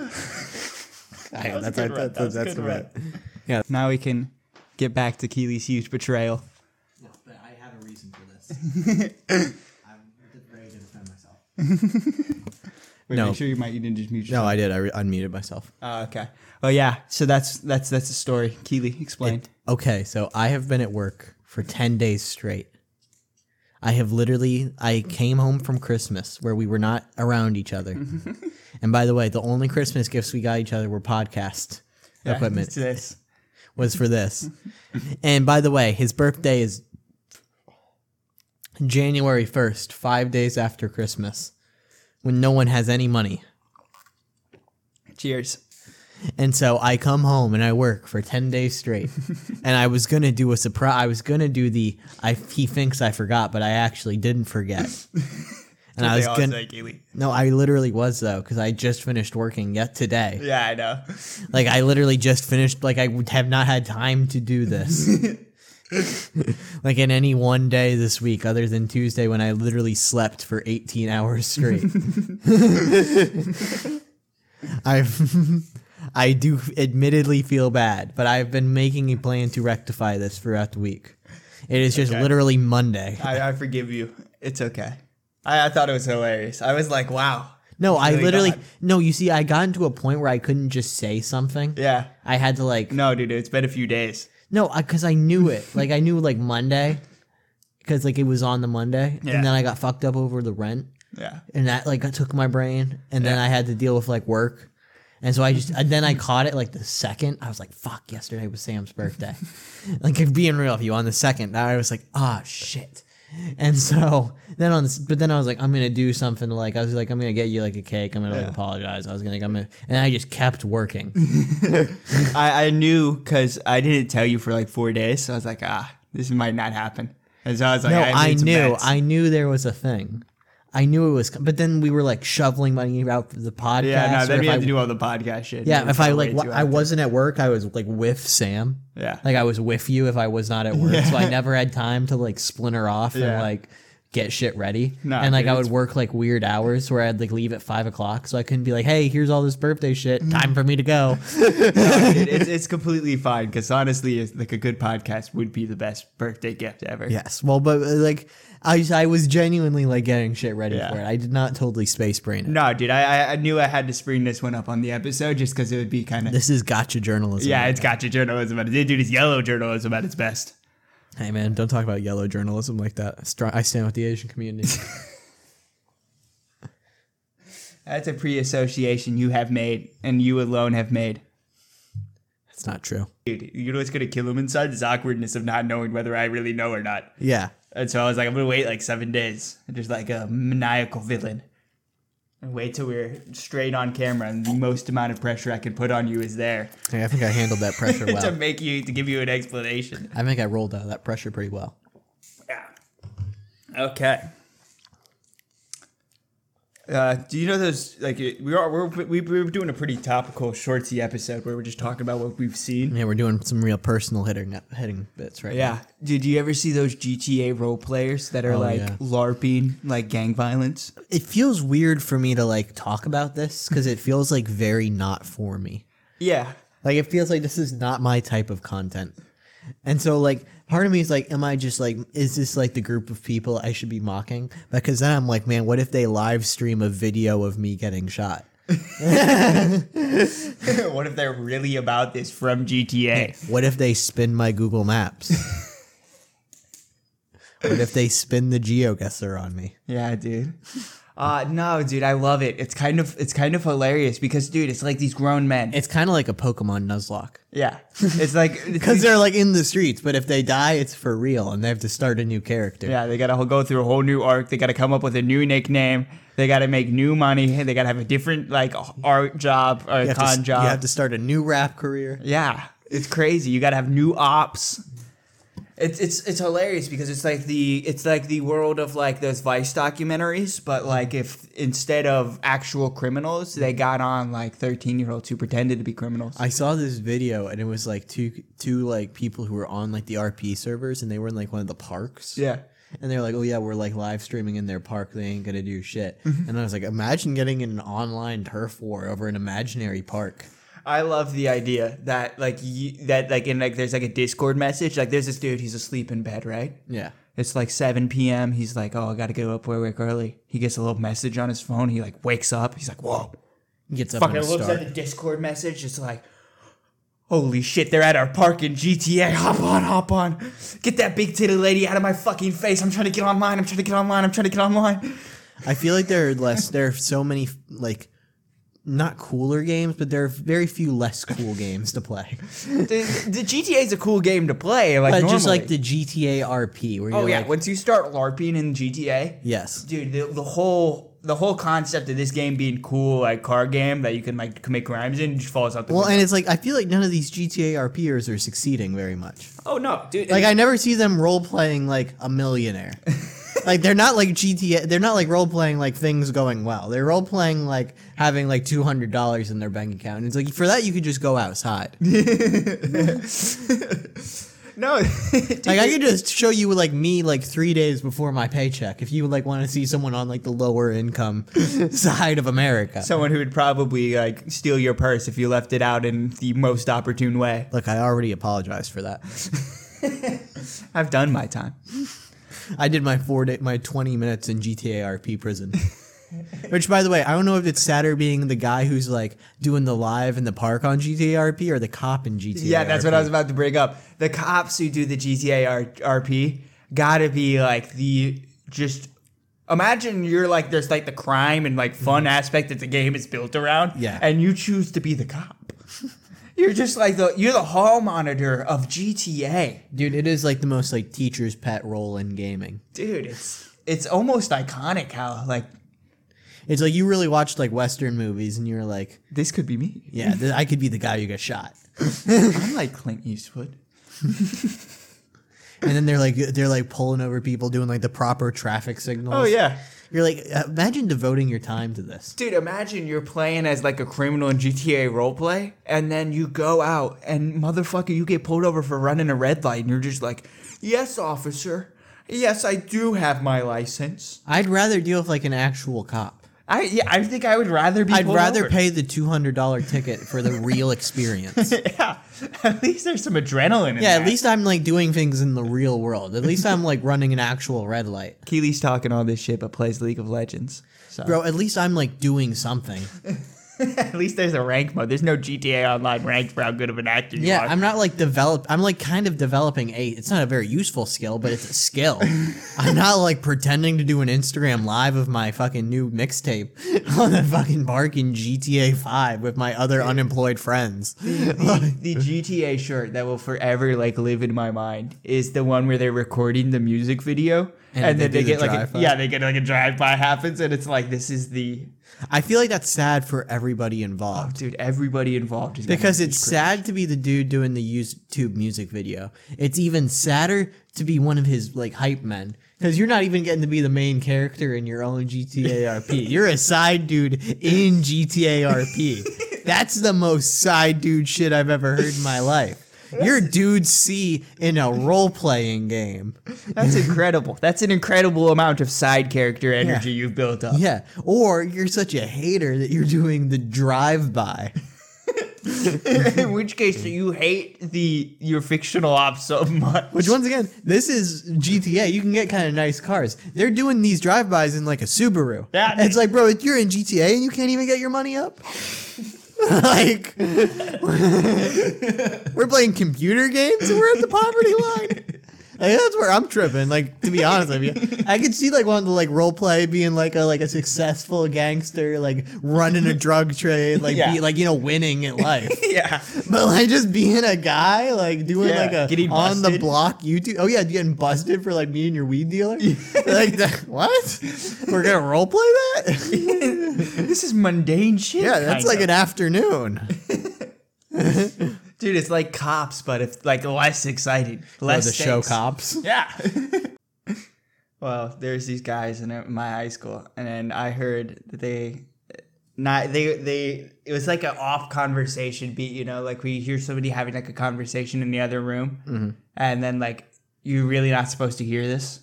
S1: was a good
S2: that's right,
S1: run. That
S2: that's-
S1: was a
S2: that's
S1: good
S2: the
S1: run.
S2: bet.
S1: Now we can get back to Keely's huge betrayal.
S3: But I had a reason for this. I'm ready to defend myself.
S1: Wait,
S2: No.
S1: make sure you might you didn't just mute
S2: No,
S1: yourself.
S2: I did. I re- unmuted myself.
S1: Oh, okay. Oh yeah. So that's that's that's the story. Keely, explain.
S2: Okay, so I have been at work for 10 days straight. I have literally I came home from Christmas where we were not around each other. and by the way, the only Christmas gifts we got each other were podcast equipment
S1: To this.
S2: was for this. and by the way, his birthday is January 1st, 5 days after Christmas when no one has any money.
S1: Cheers.
S2: And so I come home and I work for 10 days straight. and I was going to do a surprise. I was going to do the I he thinks I forgot, but I actually didn't forget. and I was going to
S1: Keely.
S2: No, I literally was though cuz I just finished working yet today.
S1: Yeah, I know.
S2: Like I literally just finished like I would have not had time to do this. like in any one day this week other than Tuesday when I literally slept for 18 hours straight. I've I do admittedly feel bad, but I've been making a plan to rectify this throughout the week. It is just literally Monday.
S1: I, I forgive you. It's okay. I, I thought it was hilarious. I was like, wow.
S2: No, I
S1: really
S2: literally
S1: bad.
S2: no, you see I got into a point where I couldn't just say something.
S1: Yeah.
S2: I had to like
S1: No, dude, it's been a few days.
S2: No, because I knew it. Like I knew like Monday, because like it was on the Monday,
S1: Yeah.
S2: and then I got fucked up over the rent,
S1: Yeah.
S2: and that like took my brain, and then
S1: Yeah.
S2: I had to deal with like work, and so I just and then I caught it like the second. I was like, "Fuck!" Yesterday was Sam's birthday. like if being real with you, on the second, I was like, "Ah, shit." And so then on this, but then I was like, I'm gonna do something like I was like, I'm gonna get you like a cake. I'm gonna like,
S1: Yeah.
S2: apologize. I was gonna, like, I'm gonna, and I just kept working.
S1: I, I knew because I didn't tell you for like four days. So I was like, ah, this might not happen. And so I was like,
S2: No,
S1: I,
S2: I,
S1: made some
S2: knew.
S1: bets.
S2: I knew there was a thing. I knew it was, com- but then we were like shoveling money out for the podcast.
S1: Yeah, no,
S2: or
S1: then
S2: if
S1: you
S2: I-
S1: had to do all the podcast shit.
S2: yeah,
S1: It
S2: if I
S1: got
S2: like,
S1: way
S2: wa-
S1: too
S2: I
S1: out there.
S2: wasn't at work. I was like with Sam.
S1: Yeah.
S2: Like I was with you if I was not at work, so I never had time to like splinter off and
S1: Yeah.
S2: like get shit ready.
S1: Nah,
S2: and like
S1: dude,
S2: I would
S1: it's-
S2: work like weird hours where I'd like leave at five o'clock, so I couldn't be like, "Hey, here's all this birthday shit. Time for me to go."
S1: No, dude, it's, it's completely fine because honestly, it's, like a good podcast would be the best birthday gift ever.
S2: Yes. Well, but uh, like I, I was genuinely like getting shit ready
S1: Yeah.
S2: for it. I did not totally space brain it.
S1: No, dude, I, I- I knew I had to spring this one up on the episode just because it would be kind of.
S2: This is gotcha journalism.
S1: Yeah, it's gotcha journalism. At it. Dude, it's yellow journalism at its best.
S2: Hey man, don't talk about yellow journalism like that. I str- I stand with the Asian community.
S1: That's a pre association you have made and you alone have made.
S2: That's not true.
S1: Dude, you know what's going to kill him inside? This awkwardness of not knowing whether I really know or not.
S2: Yeah.
S1: And so I was like, I'm going to wait like seven days, just like a maniacal villain. And wait till we're straight on camera and the most amount of pressure I can put on you is there
S2: Hey, I think I handled that pressure
S1: to
S2: well.
S1: make you, to give you an explanation.
S2: I think I rolled out of that pressure pretty well.
S1: Yeah. Okay. Uh, do you know those like it- we are we're, we we were doing a pretty topical shortsy episode where we're just talking about what we've seen.
S2: Yeah, we're doing some real personal hitting uh, hitting bits right now.
S1: Yeah. Did you ever see those GTA role players that are
S2: Oh,
S1: like
S2: yeah.
S1: LARPing like gang violence?
S2: It feels weird for me to like talk about this because it feels like very not for me.
S1: Yeah.
S2: Like it feels like this is not my type of content. And so like part of me is like, am I just like is this like the group of people I should be mocking? Because then I'm like, man, what if they live stream a video of me getting shot?
S1: what if they're really about this from GTA?
S2: What if they spin my Google Maps? what if they spin the GeoGuessr on me?
S1: yeah, dude. Uh, no, dude, I love it. It's kind of it's kind of hilarious because, dude, it's like these grown men.
S2: It's kind of like a Pokemon Nuzlocke.
S1: yeah, it's like
S2: Because they're like in the streets, but if they die, it's for real, and they have to start a new character.
S1: yeah, they gotta go through a whole new arc. They gotta come up with a new nickname. They gotta make new money. They gotta have a different like art job or
S2: you have,
S1: con
S2: to,
S1: job.
S2: you have to start a new rap career.
S1: Yeah, it's crazy. You got to have new ops. It's it's it's hilarious because it's like the it's like the world of like those Vice documentaries, but like if instead of actual criminals, they got on like thirteen year olds who pretended to be criminals.
S2: I saw this video, and it was like two two like people who were on like the RP servers, and they were in like one of the parks.
S1: yeah,
S2: And they're like, oh yeah, we're like live streaming in their park. They ain't gonna do shit. And I was like, imagine getting in an online turf war over an imaginary park.
S1: I love the idea that like you, that like in like there's like a Discord message. Like there's this dude, he's asleep in bed, right?
S2: Yeah.
S1: It's like 7 p.m. He's like, oh, I got to go up where work early. He gets a little message on his phone. He like wakes up. He's like, whoa.
S2: Gets up
S1: fucking
S2: on a
S1: looks
S2: star.
S1: at the Discord message. It's like, holy shit, they're at our park in GTA. Hop on, hop on. Get that big titty lady out of my fucking face. I'm trying to get online. I'm trying to get online. I'm trying to get online.
S2: I feel like there are less. There are so many like not cooler games, but there are very few less cool games to play.
S1: the, the GTA is a cool game to play. Like,
S2: But just
S1: normally.
S2: like the GTA RP, where you're
S1: oh yeah,
S2: like,
S1: once you start LARPing in GTA,
S2: yes,
S1: dude, the, the whole the whole concept of this game being cool, like car game that you can like commit crimes in, just falls out the
S2: well,
S1: window.
S2: and it's like I feel like none of these GTA RPers are succeeding very much.
S1: Oh no, dude,
S2: Like I never see them role playing like a millionaire. like they're not like GTA. They're not like role playing like things going well. They're role playing like having like two hundred dollars in their bank account. And it's like for that you could just go outside.
S1: no, dude,
S2: Like I could just show you like me like three days before my paycheck if you like want to see someone on like the lower income side of America.
S1: Someone who would probably like steal your purse if you left it out in the most opportune way.
S2: Look, I already apologized for that.
S1: I've done my time.
S2: I did my four day, my twenty minutes in GTA RP prison. Which, by the way, I don't know if it's sadder being the guy who's like doing the live in the park on GTA RP or the cop in GTA.
S1: Yeah, that's what I
S2: RP.
S1: was about to bring up. The cops who do the GTA R- RP gotta be like the just. Imagine you're like there's like the crime and like fun aspect that the game is built around.
S2: Yeah.
S1: and you choose to be the cop. you're just like the you're the hall monitor of GTA,
S2: Dude, it is like the most like teacher's pet role in gaming.
S1: dude. It's it's almost iconic how like
S2: It's like you really watched like Western movies and you're like,
S1: this could be me.
S2: yeah, th- I could be the guy who got shot.
S1: I'm like Clint Eastwood.
S2: And then they're like, they're like pulling over people doing like the proper traffic signals.
S1: Oh yeah.
S2: You're like, uh, imagine devoting your time to this.
S1: Dude, imagine you're playing as like a criminal in GTA roleplay, and then you go out and motherfucker, you get pulled over for running a red light, and you're just like, "Yes, officer. Yes, I do have my license.
S2: I'd rather deal with like an actual cop.
S1: I yeah, I think I would rather be.
S2: I'd
S1: pulled
S2: rather
S1: over.
S2: pay the two hundred dollar ticket for the real experience.
S1: yeah, at least there's some adrenaline. In
S2: yeah, at
S1: that.
S2: least I'm like doing things in the real world. At least I'm like running an actual red light,
S1: Keely's talking all this shit, but plays League of Legends. So
S2: bro. At least I'm like doing something.
S1: at least there's a rank mode. There's no GTA Online ranked for how good of an actor you
S2: Yeah,
S1: are.
S2: I'm not like develop. I'm like kind of developing a. It's not a very useful skill, but it's a skill. I'm not like pretending to do an Instagram live of my fucking new mixtape on the fucking park in GTA Five with my other unemployed friends.
S1: the GTA shirt that will forever like live in my mind is the one where they're recording the music video and,
S2: And
S1: then they,
S2: they do
S1: get
S2: the
S1: like a,
S2: drive-by.
S1: yeah they get like a drive by happens and it's like this is the
S2: I feel like that's sad for everybody
S1: oh
S2: involved.
S1: dude everybody involved is gonna
S2: Because
S1: be
S2: it's
S1: crazy.
S2: sad to be the dude doing the YouTube music video. It's even sadder to be one of his like hype men. Because you're not even getting to be the main character in your own GTA RP. You're a side dude in GTA RP. That's the most side dude shit I've ever heard in my life. You're dude C in a role playing game.
S1: that's incredible that's an incredible amount of side character energy you've built up
S2: Yeah. Or you're such a hater that you're doing the drive by.
S1: in which case do you hate the your fictional op so much
S2: Which once again, this is GTA. You can get kind of nice cars. They're doing these drive-bys in like a Subaru.
S1: Yeah.
S2: And it's like, bro, you're in GTA and you can't even get your money up. like, we're playing computer games and we're at the poverty line. Like, that's where I'm tripping. Like to be honest with you, I could see like one of the like role play being like a like a successful gangster, like running a drug trade, like
S1: Yeah.
S2: be, like you know winning at life.
S1: yeah.
S2: But like just being a guy, like doing
S1: Yeah,
S2: like a
S1: getting
S2: on the
S1: busted.
S2: block YouTube. Oh yeah, getting busted for like being your weed dealer. like that, what? We're gonna role play that?
S1: this is mundane shit.
S2: yeah, that's
S1: kind
S2: like
S1: of.
S2: an afternoon.
S1: dude. It's like cops, but if like less exciting,
S2: Or
S1: less
S2: the show
S1: stakes.
S2: cops.
S1: Yeah. well, there's these guys in my high school, and I heard that they, not they they it was like an off conversation beat. You know, like we hear somebody having like a conversation in the other room, and then like you're really not supposed to hear this.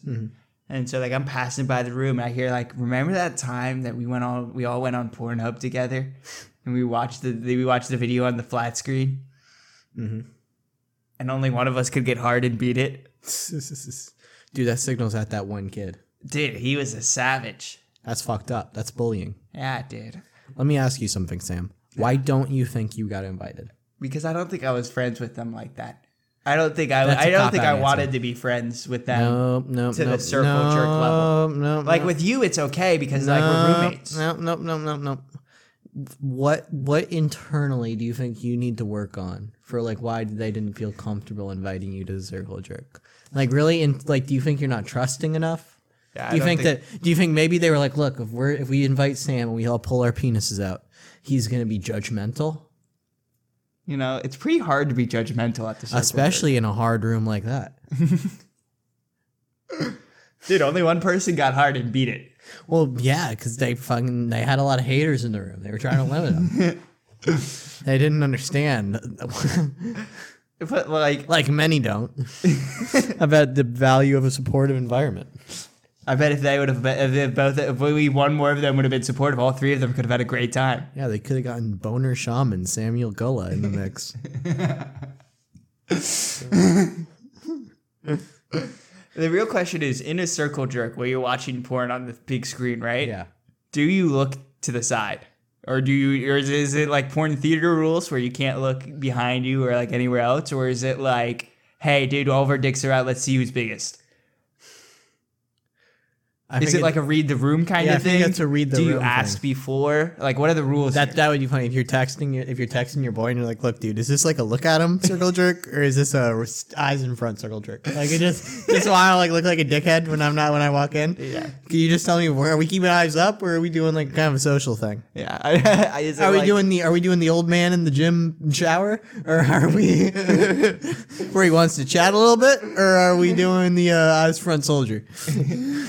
S1: And so like I'm passing by the room and I hear like remember that time that we went all we all went on Pornhub together and we watched the we watched the video on the flat screen and only one of us could get hard and beat it
S2: Dude, that signals at that one kid.
S1: Dude, he was a savage.
S2: That's fucked up. That's bullying.
S1: Yeah, dude.
S2: Let me ask you something, Sam. Why don't you think you got invited?
S1: Because I don't think I was friends with them like that. I don't think I.
S2: That's a
S1: I don't
S2: cop-out
S1: think I
S2: answer.
S1: wanted to be friends with them.
S2: Nope, nope.
S1: To the
S2: nope,
S1: circle
S2: nope,
S1: jerk level.
S2: No, nope,
S1: Like
S2: nope,
S1: with you, it's okay because like we're roommates.
S2: Nope, Uh, nope, nope, nope, nope. What what internally do you think you need to work on for like why they didn't feel comfortable inviting you to the circle jerk? Like really, in, like do you think you're not trusting enough?
S1: Yeah, I
S2: do you
S1: don't
S2: think, that? Do you think maybe they were like, look, if we're if we invite Sam and we all pull our penises out, he's gonna be judgmental,
S1: you know it's pretty hard to be judgmental at the circle.
S2: especially in a hard room like that.
S1: dude. Only one person got hard and beat it.
S2: Well, yeah, because they fucking they had a lot of haters in the room. They were trying to limit them. they didn't understand,
S1: But like,
S2: like many don't, about the value of a supportive environment.
S1: I bet if they would have, been- if they both, if we one more of them would have been supportive, all three of them could have had a great time.
S2: Yeah, they could have gotten boner shaman Samuel Gullah in the mix.
S1: The real question is, in a circle jerk, where you're watching porn on the big screen, right?
S2: yeah,
S1: do you look to the side or do you or is, is it like porn theater rules where you can't look behind you or like anywhere else or is it like hey dude all of our dicks are out let's see who's biggest
S2: I
S1: is
S2: think
S1: it like a read the room kind
S2: Yeah, I
S1: of
S2: think
S1: thing
S2: it's a read the
S1: do you
S2: room
S1: ask before like what are the rules
S2: that? That would be funny if you're texting your if you're texting your boy and you're like, "Look, dude, is this like a look at him circle jerk or is this a rest- eyes in front circle jerk?" Like, it just just want to like look like a dickhead when I'm not when I walk in.
S1: here? yeah
S2: Can you just tell me where are we keeping eyes up, or are we doing like kind of a social thing?
S1: yeah I, is it
S2: Are
S1: like-
S2: we doing the Are we doing the old man in the gym shower, or are we where he wants to chat a little bit, or are we doing the uh, eyes front soldier?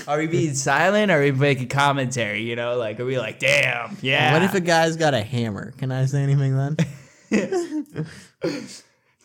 S1: are we being silent or are we making commentary you know like are we like damn yeah
S2: What if a guy's got a hammer? Can I say anything then,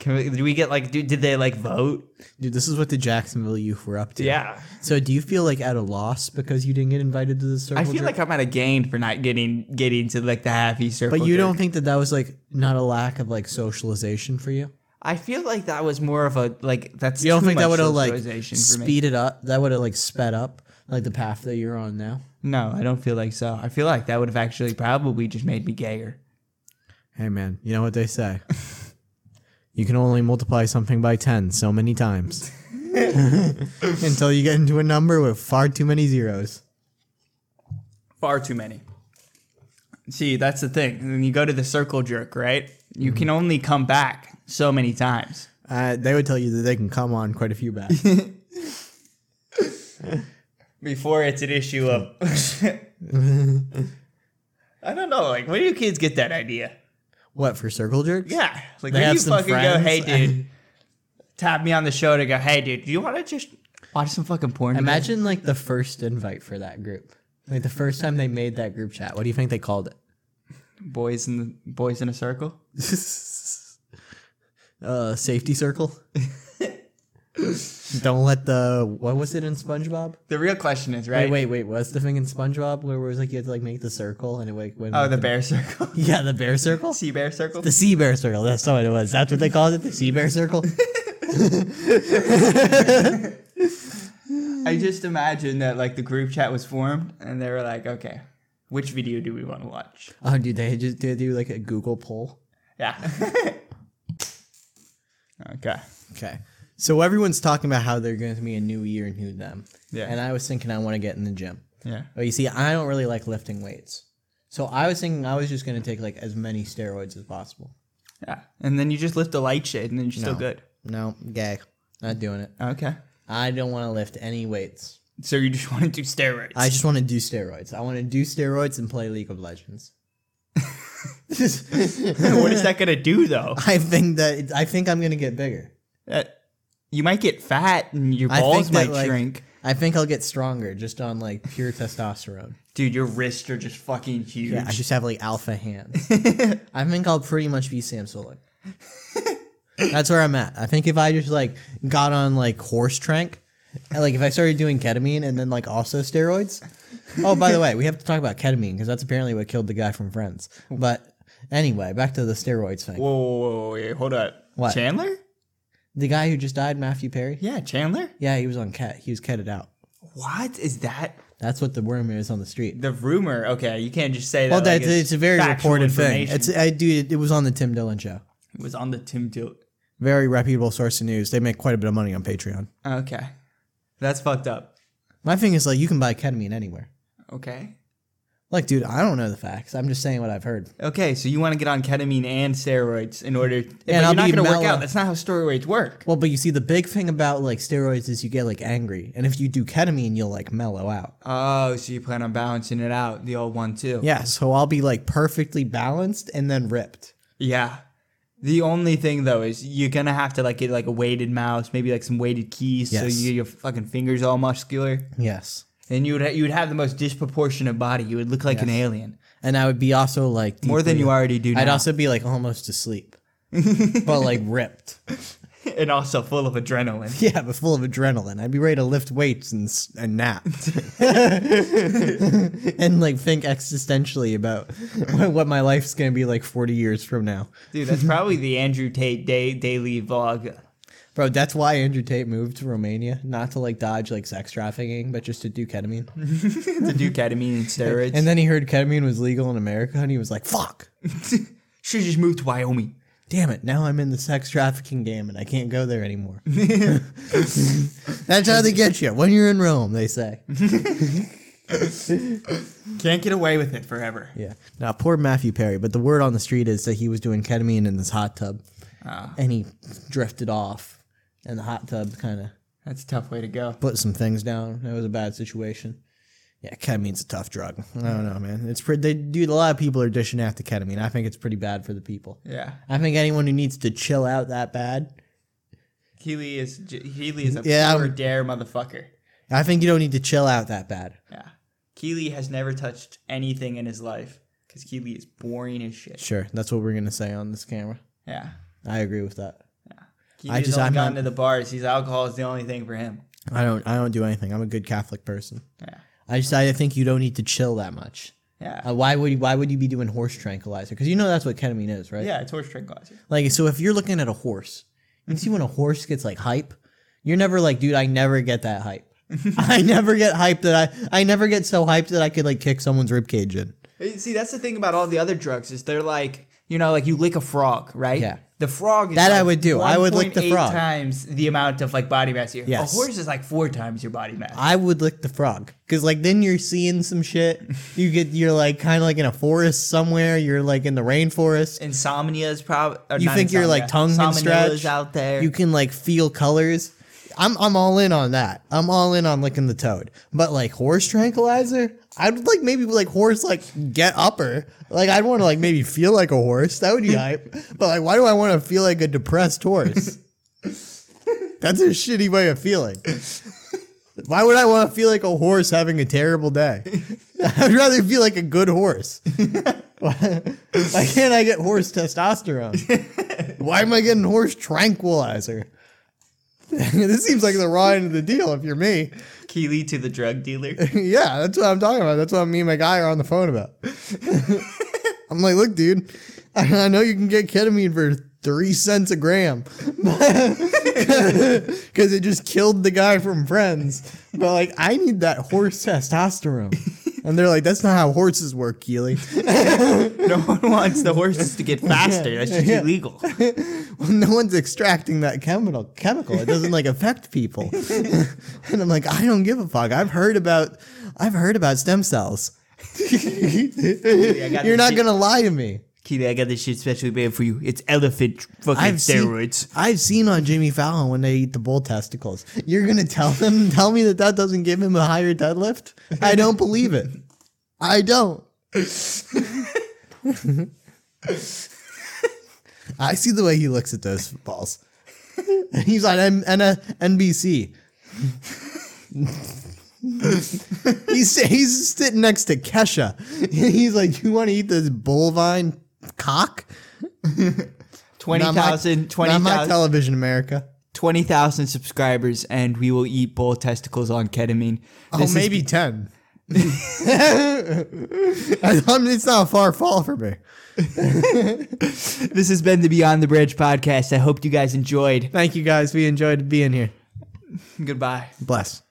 S1: Can we, do we get like do, did they like vote
S2: dude? This is what the Jacksonville youth were up to.
S1: yeah
S2: So do you feel like at a loss because you didn't get invited to the circle?
S1: I feel
S2: jerk?
S1: like I'm at a gain for not getting getting to like the happy circle.
S2: But you
S1: jerk.
S2: don't think that that was like not a lack of like socialization for you?
S1: I feel like that was more of a like that's.
S2: You don't
S1: too
S2: think that
S1: much
S2: would have like
S1: socialization for me.
S2: speeded up? That would have like sped up like the path that you're on now.
S1: No, I don't feel like so. I feel like that would have actually probably just made me gayer.
S2: Hey man, you know what they say? you can only multiply something by ten so many times until you get into a number with far too many zeros.
S1: Far too many. See, that's the thing. When you go to the circle jerk, right? You can only come back so many times.
S2: Uh, they would tell you that they can come on quite a few back.
S1: before it's an issue of I don't know, like where do you kids get that idea?
S2: what for circle jerks?
S1: Yeah. Like
S2: They
S1: where
S2: have
S1: do you
S2: some
S1: fucking
S2: friends.
S1: go, hey dude, tap me on the shoulder, go, hey dude, do you wanna just watch some fucking porn? together?"
S2: Imagine like the first invite for that group. Like the first time they made that group chat. What do you think they called it?
S1: boys in the boys in a circle?
S2: uh, safety circle. Don't let the what was it in SpongeBob?
S1: The real question is, right?
S2: Wait, wait, wait. What's the thing in SpongeBob where it was like you had to like make the circle and it like went?
S1: Oh, the bear circle.
S2: yeah, the bear circle,
S1: Sea bear circle?
S2: the sea bear circle. That's what it was. That's what they called it, the sea bear circle.
S1: I just imagine that like the group chat was formed and they were like, Okay, which video do we want to watch?
S2: oh, dude, they just did do like a Google poll.
S1: Yeah. okay.
S2: Okay, So everyone's talking about how they're going to be a new year, new them.
S1: Yeah.
S2: And I was thinking I want to get in the gym.
S1: Yeah.
S2: But you see, I don't really like lifting weights. So I was thinking I was just going to take like as many steroids as possible.
S1: Yeah. And then you just lift a light shade and then you're still
S2: No.
S1: good.
S2: No, gay. Not doing it.
S1: Okay.
S2: I don't want to lift any weights.
S1: So you just want to do steroids.
S2: I just want to do steroids. I want to do steroids and play League of Legends.
S1: what is that going to do though?
S2: I think that it, I think I'm gonna get bigger.
S1: That, you might get fat and your
S2: I
S1: balls
S2: think that,
S1: might
S2: like-
S1: shrink.
S2: I think I'll get stronger just on like pure testosterone.
S1: Dude, your wrists are just fucking huge.
S2: Yeah, I just have like alpha hands. I think I'll pretty much be Sam Solik. That's where I'm at. I think if I just like got on like horse trank, and, like if I started doing ketamine and then like also steroids. Oh, by the way, we have to talk about ketamine because that's apparently what killed the guy from Friends. But anyway, back to the steroids thing.
S1: Whoa, whoa, whoa, whoa, wait, hold up.
S2: What?
S1: Chandler?
S2: The guy who just died, Matthew Perry.
S1: Yeah, Chandler?
S2: Yeah, he was on ket. He was ketted out.
S1: What is that?
S2: That's what the worm is on the street.
S1: The rumor. Okay, you can't just say that.
S2: Well,
S1: like,
S2: that's it's, a very
S1: factual
S2: reported thing.
S1: information.
S2: It's I dude, it was on the Tim Dillon show.
S1: it was on the Tim Dill.
S2: Very reputable source of news. They make quite a bit of money on Patreon.
S1: Okay. That's fucked up.
S2: My thing is like you can buy ketamine anywhere.
S1: Okay.
S2: Like, dude, I don't know the facts. I'm just saying what I've heard.
S1: Okay, so you want to get on ketamine and steroids in order. but
S2: and I'll
S1: you're not
S2: be
S1: going to work
S2: mellow.
S1: out. That's not how steroids work.
S2: Well, but you see, the big thing about like steroids is you get like angry, and if you do ketamine, you'll like mellow out.
S1: Oh, so you plan on balancing it out, the old one too.
S2: Yeah, so I'll be like perfectly balanced and then ripped.
S1: Yeah. The only thing though is you're gonna have to like get like a weighted mouse, maybe like some weighted keys, so
S2: Yes.
S1: you get your fucking fingers all muscular.
S2: Yes,
S1: And you would ha- you would have the most disproportionate body. You would look like an alien
S2: and I would be also like
S1: more than
S2: deeply-
S1: you already do. Now.
S2: I'd also be like almost asleep, but like ripped.
S1: and also full of adrenaline.
S2: Yeah, but full of adrenaline. I'd be ready to lift weights and, s- and nap. and like think existentially about what what my life's going to be like 40 years from now.
S1: Dude, that's probably the Andrew Tate day daily vlog.
S2: Bro, that's why Andrew Tate moved to Romania, not to like dodge like sex trafficking, but just to do ketamine.
S1: to do ketamine and steroids.
S2: And then he heard ketamine was legal in America and he was like, fuck.
S1: should just move to Wyoming.
S2: Damn it, now I'm in the sex trafficking game and I can't go there anymore. That's how they get you. When you're in Rome, they say.
S1: Can't get away with it forever.
S2: Yeah. Now, poor Matthew Perry, but the word on the street is that he was doing ketamine in this hot tub and he drifted off, and the hot tub kind of
S1: That's a tough way to go.
S2: put some things down. It was a bad situation. Yeah, ketamine's a tough drug. I don't know, man. It's pretty, they do a lot of people are dishing out the ketamine. I think it's pretty bad for the people.
S1: Yeah,
S2: I think anyone who needs to chill out that bad,
S1: Keely is j- Keely is a
S2: Yeah,
S1: pure
S2: I'm-
S1: dare motherfucker.
S2: I think you don't need to chill out that bad.
S1: Yeah, Keely has never touched anything in his life because Keely is boring as shit.
S2: Sure, that's what we're gonna say on this camera.
S1: Yeah,
S2: I agree with that.
S1: Keely's
S2: just-
S1: only
S2: I'm
S1: gotten
S2: not-
S1: to the bars. He's alcohol is the only thing for him.
S2: I don't. I don't do anything. I'm a good Catholic person.
S1: Yeah,
S2: I just. I think you don't need to chill that much.
S1: yeah,
S2: Uh, why would you, why would you be doing horse tranquilizer? Because you know that's what ketamine is, right?
S1: yeah. It's horse tranquilizer.
S2: Like so, if you're looking at a horse, you see when a horse gets like hype, you're never like, dude, I never get that hype. I never get hype that I I never get so hyped that I could like kick someone's ribcage in.
S1: Hey, See, that's the thing about all the other drugs is they're like, you know, like you lick a frog, right?
S2: Yeah.
S1: The frog is
S2: That I
S1: like
S2: would do. I would lick the
S1: 1.8
S2: frog.
S1: times the amount of like body mass here.
S2: Yes.
S1: A horse is like four times your body mass.
S2: I would lick the frog because like then you're seeing some shit. You get you're like kind of like in a forest somewhere. You're like in the rainforest.
S1: Insomnia is probably.
S2: You think your like tongue can stretch
S1: out there.
S2: You can like feel colors. I'm I'm all in on that. I'm all in on licking the toad. But like horse tranquilizer, I'd like maybe like horse like get upper. Like I'd want to like maybe feel like a horse. That would be hype. But like why do I want to feel like a depressed horse? That's a shitty way of feeling. Why would I want to feel like a horse having a terrible day? I'd rather feel like a good horse. Why can't I get horse testosterone? Why am I getting horse tranquilizer? this seems like the raw end of the deal if you're me.
S1: Keely to the drug dealer.
S2: yeah, that's what I'm talking about. That's what me and my guy are on the phone about. I'm like, look, dude, I I know you can get ketamine for three cents a gram because it just killed the guy from Friends. But like, I need that horse testosterone. And they're like, that's not how horses work, Keely.
S1: No one wants the horses to get faster. That's just
S2: Yeah.
S1: illegal.
S2: well, no one's extracting that chemical. Chemical. It doesn't like affect people. and I'm like, I don't give a fuck. I've heard about, I've heard about stem cells.
S1: got
S2: You're
S1: the
S2: not
S1: shit.
S2: gonna lie to me.
S1: Keely, I got this shit specially made for you. It's elephant fucking
S2: I've seen-
S1: steroids.
S2: I've seen on Jimmy Fallon when they eat the bull testicles. You're gonna tell them, tell me that that doesn't give him a higher deadlift? I don't believe it. I don't. I see the way he looks at those balls. And he's on M- N- uh, NBC. he's he's sitting next to Kesha. He's like, "You want to eat this bovine cock?" Not my-
S1: 20,000
S2: not my
S1: 20,000
S2: television, America.
S1: 20,000 subscribers, and we will eat bull testicles on ketamine. This
S2: oh,
S1: is-
S2: maybe ten. I, I mean, it's not a far fall for me.
S1: this has been the Beyond the Bridge podcast. I hope you guys enjoyed.
S2: Thank you guys. We enjoyed being here.
S1: Goodbye.
S2: Bless.